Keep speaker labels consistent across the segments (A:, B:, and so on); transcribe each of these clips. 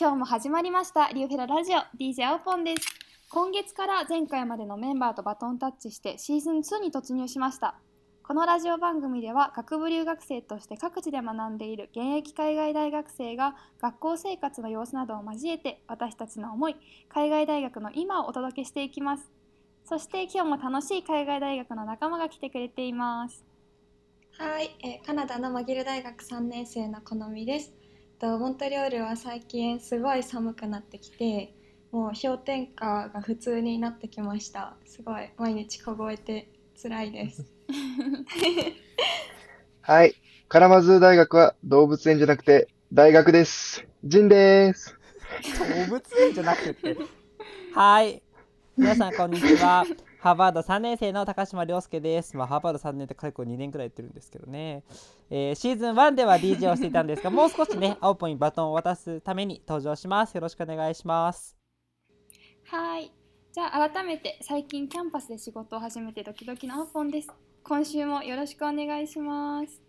A: 今日も始まりましたリューフェララジオ DJ アオポンです今月から前回までのメンバーとバトンタッチしてシーズン2に突入しましたこのラジオ番組では学部留学生として各地で学んでいる現役海外大学生が学校生活の様子などを交えて私たちの思い海外大学の今をお届けしていきますそして今日も楽しい海外大学の仲間が来てくれています
B: はい、えーカナダのマギル大学3年生のこのみです。とモントリオールは最近すごい寒くなってきて、もう氷点下が普通になってきました。すごい毎日凍えて辛いです。
C: はい。カラマズー大学は動物園じゃなくて大学です。ジンです。
D: 動物園じゃなくて。はい。皆さん、こんにちは。ハーバード3年生の高島亮介です。まあ、ハーバード3年って結構2年くらいやってるんですけどね。えーシーズン1では DJ をしていたんですが、もう少しね、青ポンにバトンを渡すために登場します。よろしくお願いします。
A: はい。じゃあ改めて最近キャンパスで仕事を始めてドキドキのアポンです。今週もよろしくお願いします。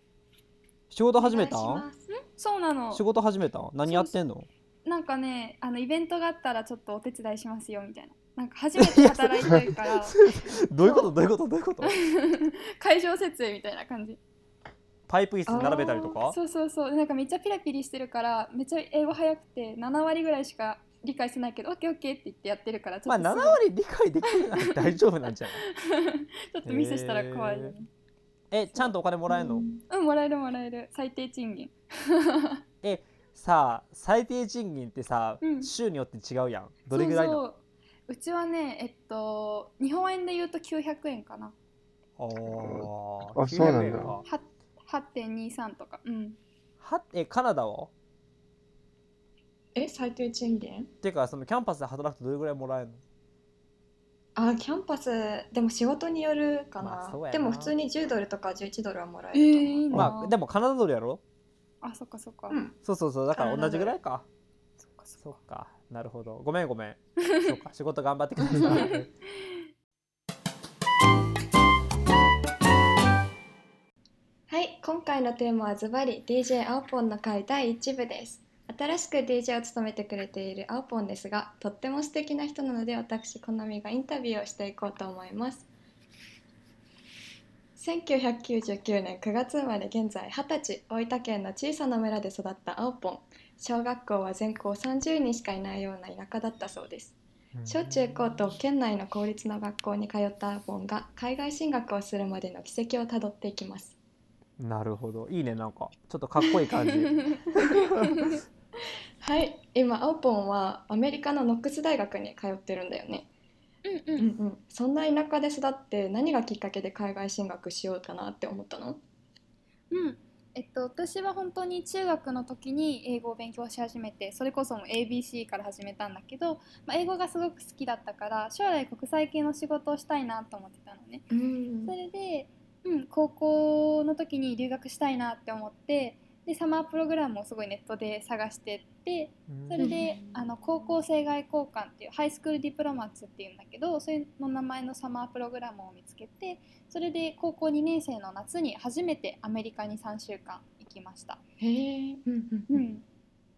D: 仕事始めた
B: お願いします
A: そうなの
D: 仕。事始めた何やってんの
A: なんかね、あのイベントがあったらちょっとお手伝いしますよみたいな。なんか初めて働いてるから
D: どういうことどういうことどういうこと
A: 会場設営みたいな感じ。
D: パイプ椅子並べたりとか
A: そうそうそう。なんかめっちゃピラピリしてるから、めっちゃ英語早くて7割ぐらいしか理解してないけど、オッケーオッケーって言ってやってるから、ちょ
D: まあ
A: っとす
D: 7
A: ごい
D: 割理解できてない大丈夫なんじゃない
A: ちょっとミスしたら怖いよね。
D: えちゃんとお金もらえるの、
A: うん、もらえるもらえる。最低賃金。
D: えさあ最低賃金ってさ、
A: うん
D: 州によって違うやんどれぐらい
A: そ
D: な
A: う
D: の
A: そううちはねえっと日本円で言うと900円かな
D: あー
C: あそうなんだ
D: 900円か
A: は8.23とかうん
D: はえカナダは
B: え、最低賃金？
D: っていうかそのキャンパスで働くとどれぐらいもらえるの
B: あ、キャンパスでも仕事によるかな。
D: まあそうやな
B: でも普通に10ドルとか11ドルはもらえ
A: えー、
B: ると
A: い
B: 思。
A: いうな、
D: まあでもカナダドルやろ
A: あそっかそっか、
B: うん
D: そうそうそうだから同じぐらいか
A: そっかそっか
D: そうかなるほどごめんごめ んそうか仕事頑張ってください
B: はい、今回のテーマはズバリ DJ アオポンの会第1部です。新しく DJ を務めてくれているアオポンですが、とっても素敵な人なので私、好みがインタビューをしていこうと思います。1999年9月生まれ現在20歳、大分県の小さな村で育ったアオポン。小学校は全校30人しかいないような田舎だったそうです。小中高と県内の公立の学校に通ったアオポンが海外進学をするまでの軌跡をたどっていきます。
D: なるほどいいねなんかちょっとかっこいい 感じ
B: はい、今アオポンはアメリカのノックス大学に通ってるんだよね。
A: うん
B: うんうん。そんな田舎で育って何がきっかけで海外進学しようかなって思ったの？
A: うんうんえっと私は本当に中学の時に英語を勉強し始めてそれこそもう ABC から始めたんだけど、まあ、英語がすごく好きだったから将来国際系の仕事をしたいなと思ってたのね
B: うん
A: それで、うん、高校の時に留学したいなって思ってでサマープログラムをすごいネットで探してってそれで
B: うん
A: あの高校生涯交換っていうハイスクールディプロマッツっていうんだけどそれの名前のサマープログラムを見つけてそれで高校2年生の夏に初めてアメリカに3週間行きました。
B: へえ。うんう。
A: うんん、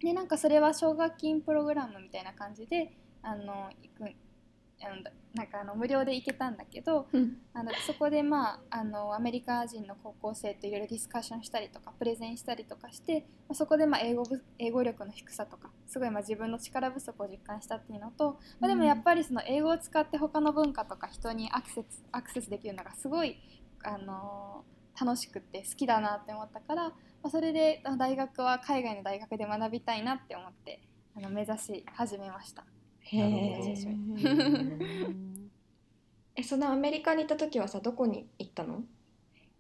A: でなんかそれは奨学金プログラムみたいな感じであの行くあのなんかあの無料で行けたんだけど
B: うん
A: あのそこで、まあ、あのアメリカ人の高校生といろいろディスカッションしたりとかプレゼンしたりとかして、まあ、そこで、まあ、英語ぶ英語力の低さとかすごい、まあ、自分の力不足を実感したっていうのと、まあ、でもやっぱりその英語を使って他の文化とか人にアクセスアクセスできるのがすごい、あのー楽しくて好きだなって思ったから、まあ、それであの大学は海外の大学で学びたいなって思ってあの目指し始めました。
B: へ
D: なるほ
A: ど
B: え。 え、そのアメリカに行った時はさ、どこに行ったの？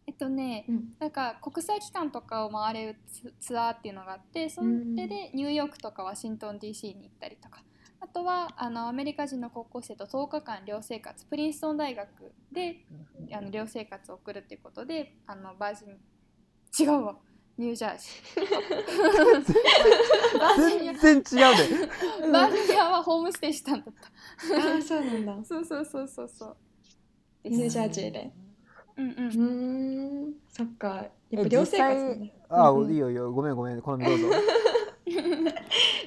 A: えっとね、
B: うん。
A: なんか国際機関とかを回れるツツアーっていうのがあってそれでニューヨークとかワシントン DC に行ったりとかあとはあのアメリカ人の高校生と10日間寮生活プリンストン大学であの寮生活を送るっていうことであのバージン違うわニュージャージー バージニア
D: 全然違 うで
A: バージニアはホームステイしたんだった
B: ああ、そうなんだ。
A: そうそうそうそうそう
B: ニュージャージーで。
A: うんう
B: うんーん。そっか。やっ
D: え
B: ぱ寮生活だ
D: 実
B: ね。
D: あ
B: うんうん
D: いいよいいよごめんごめんこのみどうぞ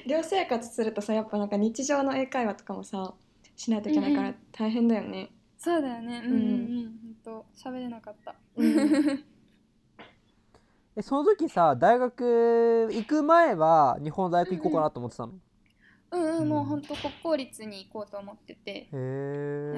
B: 寮生活するとさやっぱなんか日常の英会話とかもさしないといけないか
A: うんう
B: ら
A: ん
B: 大変だよね。
A: そうだよねうんうんうん本当喋れなかった
B: うん
D: えその時さ大学行く前は日本大学行こうかなと思ってたの、
A: うんうんもう
D: う
A: ん本当国公立に行こうと思っててあ
D: へ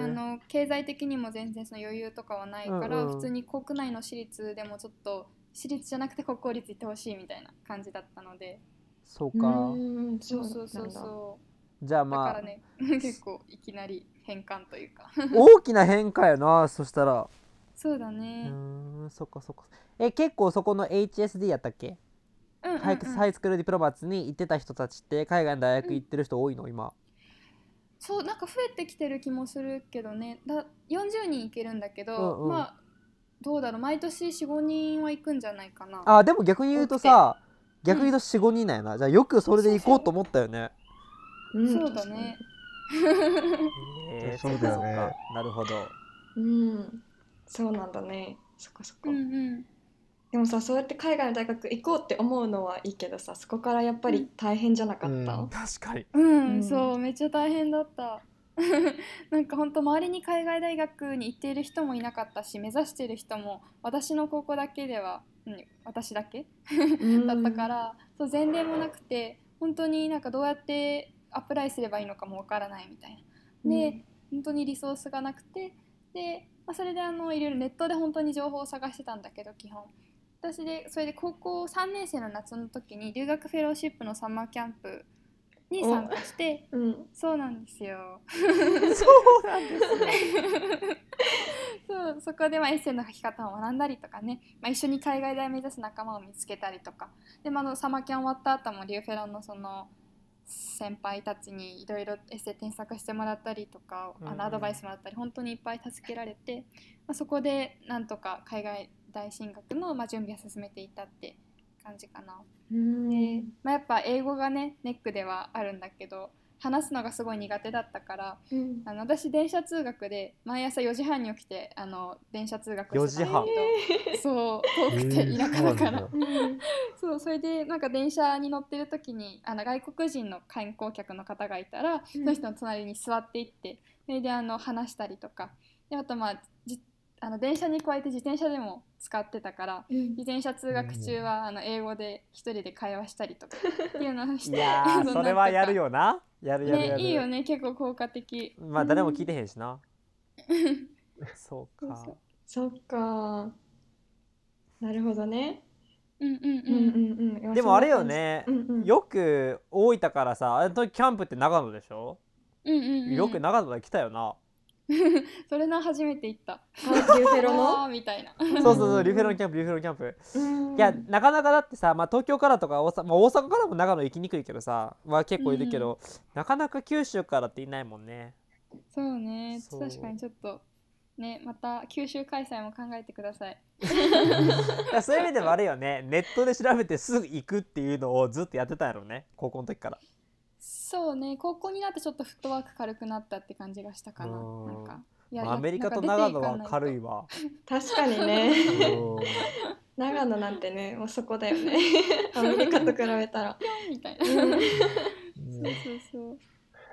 D: え
A: の経済的にも全然その余裕とかはないから、
D: うんうん
A: 普通に国内の私立でもちょっと私立じゃなくて国公立行ってほしいみたいな感じだったので
D: そう
B: う
D: か、
B: ーん
A: そうそうそう
B: なんだ
A: そ
D: じゃあ
A: うだか
D: まあ
A: らね 結構いきなり変換というか
D: 大きな変化やなそしたら
A: そうだ
D: う
A: ね、
D: ーんそっかそっかえ結構そこの HSD やったっけ、
A: うんうんうん
D: ハイハイスクールディプロマツに行ってた人たちって海外の大学行ってる人多いの今
A: そうなんか増えてきてる気もするけどねだ40人いけるんだけど、
D: うんうん
A: まあどうだろう毎年45人は行くんじゃないかな
D: あでも逆に言うとさ
A: て
D: 逆に言うと45人なんやな、じゃあよくそれで行こうと思ったよね
B: うん
A: そうだね。
C: えそうだよね
D: っかっかなるほど
B: うん、そうなんだね。そっかそっ か。
A: うんうん
B: でもさ、そうやって海外の大学行こうって思うのはいいけどさ、そこからやっぱり大変じゃなかった。
C: うん
D: 確かに
A: うん、
B: うん
A: そうめっちゃ大変だった なんか本当周りに海外大学に行っている人もいなかったし目指している人も私の高校だけでは、うん、私だけ
B: うん
A: だったか。ら、そう前例もなくて本当になんかどうやってアプライすればいいのかもわからないみたいなで、本当にリソースがなくてで、まあ、それであのいろいろネットで本当に情報を探してたんだけど基本私でそれで高校3年生の夏の時に留学フェローシップのサマーキャンプに参加して
B: うん、うん、
A: そうなんですよ
D: そうなんです
A: そうそこでまあエッセイの書き方を学んだりとかね、まあ、一緒に海外大目指す仲間を見つけたりとかで、まあ、あのサマーキャン終わった後もリューフェロンのその先輩たちにいろいろエッセイ添削してもらったりとかあ
D: うん
A: のアドバイスもらったり本当にいっぱい助けられて、まあ、そこでなんとか海外大進学のまあ準備を進めていったって感じかな。
B: うん、
A: で、まあ、やっぱ英語がねネックではあるんだけど話すのがすごい苦手だったから
B: うん、
A: あの私電車通学で毎朝4時半に起きてあの電車通学をしてたんだけどそう遠くて田舎だから、そうそれでなんか電車に乗ってる時にあの外国人の観光客の方がいたら、その人の隣に座っていってそれであの話したりとかであとまあじあの電車に加えて自転車でも使ってたから
B: うん
A: 自転車通学中はあの英語で一人で会話したりとかっていうのをし
D: い
A: て
D: や
A: そうなん
D: ー
A: と
D: そ
A: か
D: れはやるよなやるやるや
A: ね
D: る、
A: いいよね結構効果的
D: まあ誰も聞いてへんしな、そう
A: そう
D: か
A: そう
B: そっか。なるほどね。
A: うんうん
B: うん、うん、うん。
D: でもあれよ。ね
B: う、ん、うん。。
D: よく大分からさあの時キャンプって長野でしょ、
A: うんうんうん、
D: よく長野まで来たよな
A: それな初めて行った
B: あ、リューフェロ
A: あ
B: の。
A: ーみたいな
D: そうそうそうリュフェロンキャンプリュフェロンキャンプ
B: うん
D: いやなかなかだってさ、まあ、東京からとか大阪,、まあ、大阪からも長野行きにくいけどさは結構いるけど、なかなか九州からっていないもんね
A: そうね
D: そう
A: 確かにちょっとねまた九州開催も考えてください
D: だからそういう意味でもあれ よねネットで調べてすぐ行くっていうのをずっとやってたやろね高校の時から
A: そうね高校になってちょっとフットワーク軽くなったって感じがしたかな
D: うーん
A: なんかい
D: まあアメリカと長野は軽いわ
B: 確かにね。
D: う
B: 長野なんてね、もうそこだよ ね。アメリカと比べたら。
A: みたいな そう
B: う
A: そ
B: ん
A: うそう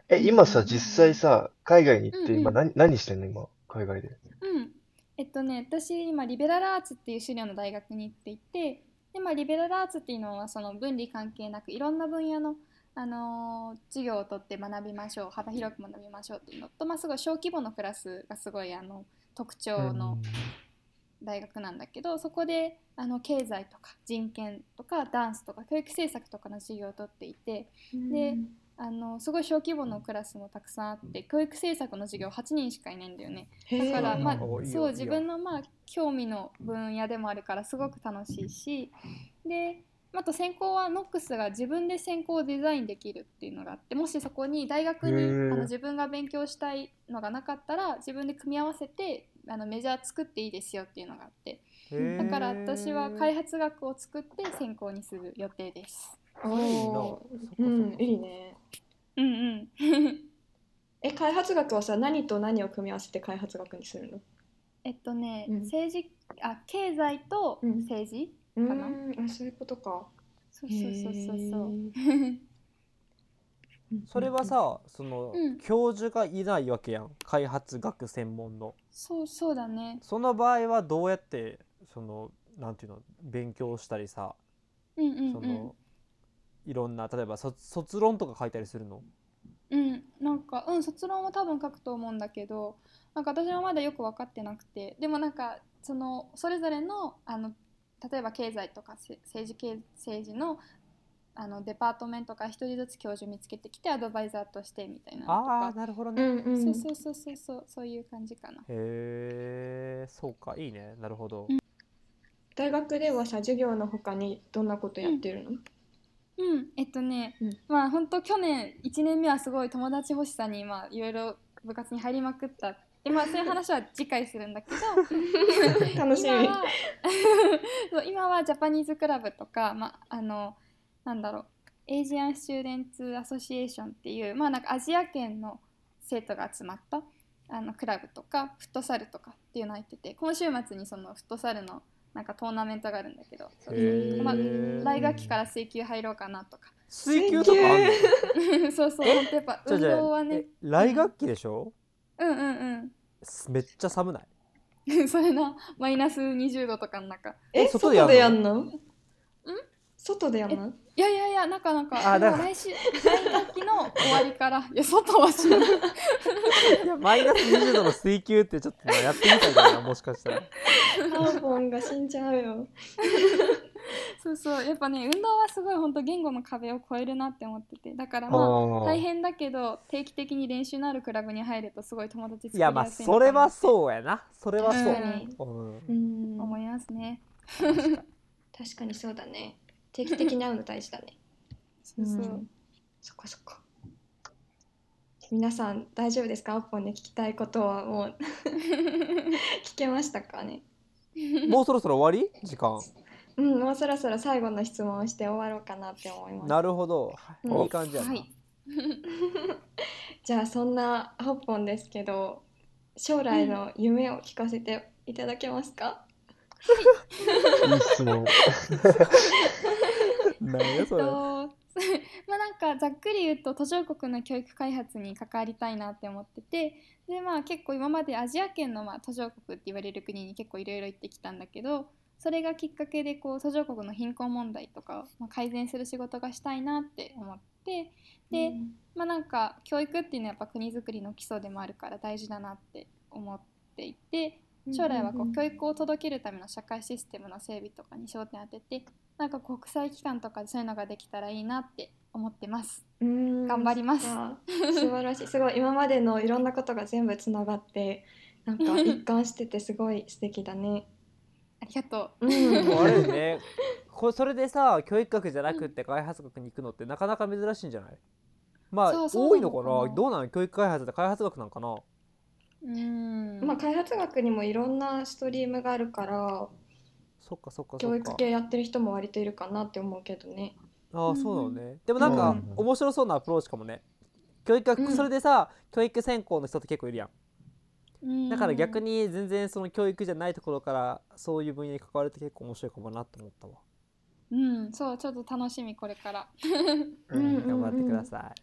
C: え、今さ、実際さ、海外に行って、
A: うんうん
C: 今何、何してんの今、海外で。
A: うんえっとね私今リベラルアーツっていう種類の大学に行っていてで、まあ、リベラルアーツっていうのはその分離関係なくいろんな分野の、あのー授業を取って学びましょう幅広く学びましょうっていうのと、まあ、すごい小規模のクラスがすごいあの特徴の大学なんだけど、そこであの経済とか人権とかダンスとか教育政策とかの授業を取っていてであのすごい小規模のクラスもたくさんあって教育政策の授業8人しかいないんだよね。
B: へ
A: だ
B: え
A: から、まあ、
D: おいいよ
A: そう
D: いい
A: 自
D: よ
A: 分のまあ興味の分野でもあるからすごく楽しいしであと専攻はノックスが自分で専攻をデザインできるっていうのがあってもしそこに大学に
C: へー
A: あの自分が勉強したいのがなかったら自分で組み合わせてあのメジャー作っていいですよっていうのがあって
D: ん
A: だから私は開発学を作って専攻にする予定です。
B: おーうん、いいね。
A: うんうん、
B: え、開発学はさ、何と何を組み合わせて開発学にするの。
A: えっとね、
B: うん
A: 政治あ経済と
B: うん
A: 政治、
B: う
A: かな
B: ーん、あ、そういうことか。
A: そうそうそうそうそうそう
D: それはさその、
A: うん
D: 教授がいないわけやん開発学専門の
A: そうそうだね
D: その場合はどうやってそのなんていうの勉強したりさ
A: うんう
D: そ
A: ん
D: の、
A: うん
D: いろんな例えば卒卒論とか書いたりするの
A: うん、なんか、うん、卒論は多分書くと思うんだけどなんか私はまだよく分かってなくてでもなんかそのそれぞれのあの例えば経済とかせ政治経政治のあのデパートメントから一人ずつ教授見つけてきてアドバイザーとしてみたいなのと
D: ああ
A: か
D: なるほど
B: う
D: ね、
B: んうん
A: そうそうそうそうそうそういう感じかな。
D: へえそうかいいねなるほど、
B: 大学ではさ授業の他にどんなことやってるの、
A: うん、えっとね、
B: うん
A: まあ本当去年1年目はすごい友達欲しさに今いろいろ部活に入りまくったでまあそういう話は次回するんだけど
B: 楽しみ
A: 今は そう今はジャパニーズクラブとか、まあ、あのなんだろうエイジアン・スチューデンツ・アソシエーションっていう、まあ、なんかアジア圏の生徒が集まったあのクラブとかフットサルとかっていうの入ってて今週末にそのフットサルのなんかトーナメントがあるんだけどそう
D: へー
A: まあ来学期から水球入ろうかなと か
D: 水球とかあんの
A: そうそう本当やっぱ
D: じ
A: 運
D: ゃあじ
A: 動
D: ゃあ
A: はね
D: え来学期でしょ、
A: うんうん
D: すめっちゃ寒ない
A: うんそれなマイナス20度とかの中
B: え
D: 外
B: 外
D: でやんの
B: でやんの外でやんの
A: いやいやいやなんかなんか
D: あだ
A: も
D: か
A: う
D: ら
A: 来週来学期の終わりから いや外はしない
D: いやマイナス20度の水球ってちょっとやってみたいかなもしかしたら
B: アーボンが死んじゃうよ
A: そうそうやっぱね運動はすごい本当言語の壁を越えるなって思っててだから
C: あ
A: まあ
C: ー
A: 大変だけど定期的に練習のあるクラブに入るとすごい友達作
D: い
A: りや
D: やまあ
A: すい
D: それ
A: のかな
D: は
A: って
D: そうやなそれは
A: 確
D: そ
A: か
D: う、
A: に
D: うん
B: うん
A: 思いますね。
B: 確かにそうだね定期的に会うの大事だね
A: そうそう
B: うんそっかそっか皆さん大丈夫ですかアッポンに聞きたいことはもう聞けましたかね
D: もうそろそろ終わり時間
B: うんもうそろそろ最後の質問をして終わろうかなって思います
D: なるほど
B: うん
D: いい感じやな、
A: はい
B: じゃあそんなアッポンですけど将来の夢を聞かせていただけますか、
C: いい質 問。
D: なんや
A: と
D: それ
A: まあなんかざっくり言うと途上国の教育開発に関わりたいなって思っててでまあ結構今までアジア圏のまあ途上国って言われる国に結構いろいろ行ってきたんだけどそれがきっかけでこう途上国の貧困問題とかをまあ改善する仕事がしたいなって思ってで、まあなんか教育っていうのはやっぱ国づくりの基礎でもあるから大事だなって思っていて
B: うん
A: 将来はこ
B: うん
A: う
B: う
A: ん教育を届けるための社会システムの整備とかに焦点当ててなんか国際機関とかでそういうのができたらいいなって思ってます。
B: うん
A: 頑張ります
B: そっか素晴らしいすごい今までのいろんなことが全部つながってなんか一貫しててすごい素敵だね。
A: ありがと
B: うん、
D: でもあれよねこそれでさ教育学じゃなくって開発学に行くのってなかなか珍しいんじゃないまあ
A: そうそう
D: 多いのかな
A: なのかな
D: どうなの教育開発って開発学なんかな
A: う。うん
B: まあ開発学にもいろんなストリームがあるから
D: そっかそっかそ
B: 教
D: っ
B: 育
D: か
B: 系やってる人も割といるかなって思うけどね。
D: ああそうなのねでもなん
C: う
D: か
C: んうん
D: 面白そうなアプローチかもね教育
B: う
D: 学
B: ん
D: それでさ教育専攻の人って結構いるやん
A: うん
D: だから逆に全然その教育じゃないところからそういう分野に関わるって結構面白いかもなと思ったわ、
A: うんそうちょっと楽しみこれから
B: うんうんうん
D: 頑張ってください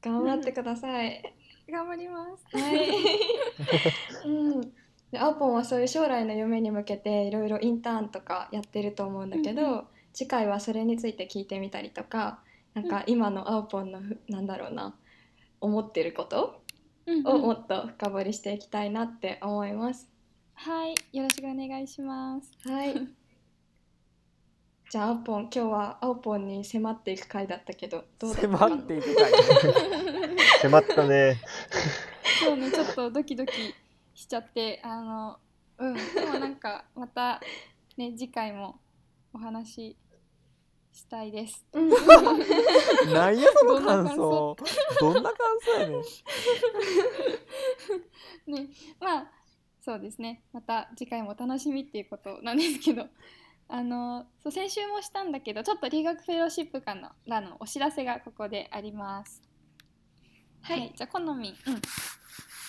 B: 頑張ってください。
A: 頑張ります。
B: はい。うん。でアーポンはそういう将来の夢に向けていろいろインターンとかやってると思うんだけど、
A: うんう
B: 次回はそれについて聞いてみたりとかなんか今のアーポンのふなんだろうな思ってること
A: うん
B: をも
A: うん
B: っと深掘りしていきたいなって思います。
A: はいよろしくお願いします。
B: はい。じゃあアーポン今日はアーポンに迫っていく回だったけどどうだった
D: 迫
B: かな
D: ってい くかい
C: 迫ったね。
A: そうね、ちょっとドキドキしちゃって、あの、うん、でもなんか、また、ね、次回もお話ししたいです。
B: うん
D: なんやその感想どんな感想やねん
A: ね、まあ、そうですね、また次回もお楽しみっていうことなんですけど、あの、そう先週もしたんだけど、ちょっと理学フェローシップ間のらのお知らせがここであります。
B: はい
A: じゃあ、好み、うん、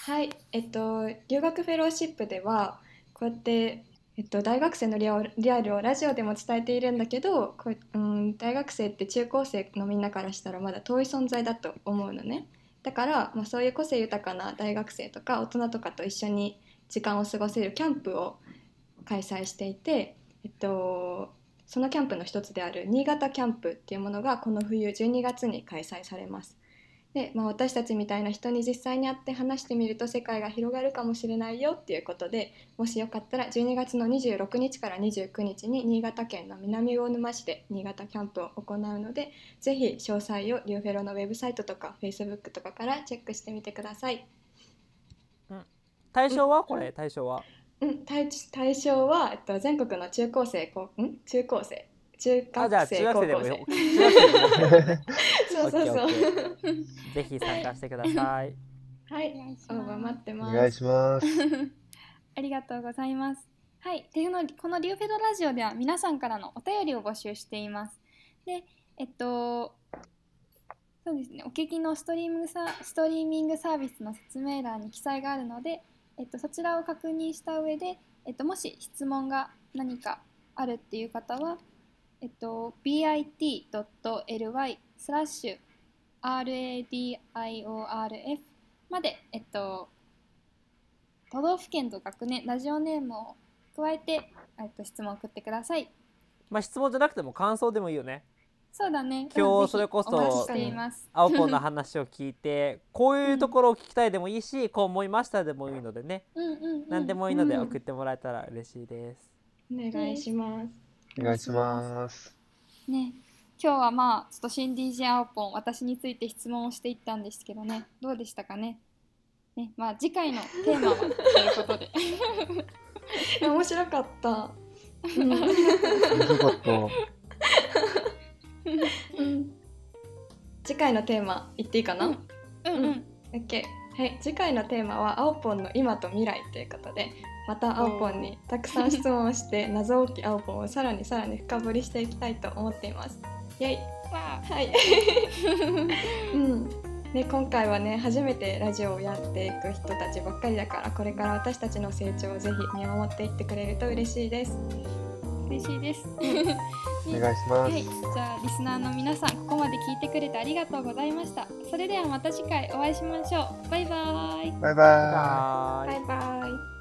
B: はい、えっと、留学フェローシップではこうやって、ええっと、大学生のリアルリアルをラジオでも伝えているんだけどこう、うん、大学生って中高生のみんなからしたらまだ遠い存在だと思うのねだから、まあ、そういう個性豊かな大学生とか大人とかと一緒に時間を過ごせるキャンプを開催していて、えっと、そのキャンプの一つである新潟キャンプっていうものがこの冬12月に開催されます。で、まあ、私たちみたいな人に実際に会って話してみると世界が広がるかもしれないよっていうことでもしよかったら12月の26日から29日に新潟県の南魚沼市で新潟キャンプを行うのでぜひ詳細をリューフェロのウェブサイトとか Facebook とかからチェックしてみてください。
D: 対象はこれ対象は
B: うん、対対象は、えっと、全国の中高生高ん中高生中
D: あじゃあ
B: 学
D: 中
B: 生
D: 学
B: 高
D: 生でも
B: 校
D: よ
B: 生
D: 中学生でもよ
B: そうそうそ
D: オッケーオッケ
B: う
D: ぜひ参加してください。
B: は
A: お
B: い
A: 願いし
B: 応募
A: ます
B: 待っ。て
C: お
B: ます
C: 願いします。
A: ありがとうございます。はい、でこのこのリューフェドラジオでは皆さんからのお便りを募集しています。で、えっと、そうですね、お聞きのストリーミングサストリーミングサービスの説明欄に記載があるので、えっと、そちらを確認した上で、えっと、もし質問が何かあるっていう方は、えっと、bit.ly スラッシュ radiorf まで、えっと、都道府県と学年ラジオネームを加えてえっと質問を送ってください
D: まあ質問じゃなくても感想でもいいよね。
A: そうだね
D: 今日
A: うんぜひ
D: それこそ
A: お待ちしています
D: 青ポンの話を聞いて、 こういうところを聞きたいでもいいし、こう思いましたでもいいのでね、
A: うんうん、うん、
D: 何でもいいので
B: うん
D: 送ってもらえたら嬉しいです。
B: お願いします
C: お願いし ます。
A: ね今日はまあちょっと新 DJ 青ポン私について質問をしていったんですけどねどうでしたかねねまあ次回のテーマはということ で
B: いや面白かった、
C: 面白かった。
B: うん、次回のテーマ言っていいかな、
A: うんうんうん、
B: OK はい、次回のテーマは「青ポンの今と未来」ということでまた青ポンにたくさん質問をして謎多き青ポンをさらにさらに深掘りしていきたいと思っています。イェイ
A: わあ
B: はい うんね、今回はね初めてラジオをやっていく人たちばっかりだからこれから私たちの成長をぜひ見守っていってくれると嬉しいです。
A: 嬉しいです
C: お
A: ね
C: 願いしま
A: は
C: す。
A: い、じゃあリスナーの皆さんここまで聞いてくれてありがとうございましたそれではまた次回お会いしましょうバイバーイ
C: バイバイ。
D: バイ
B: バイバイ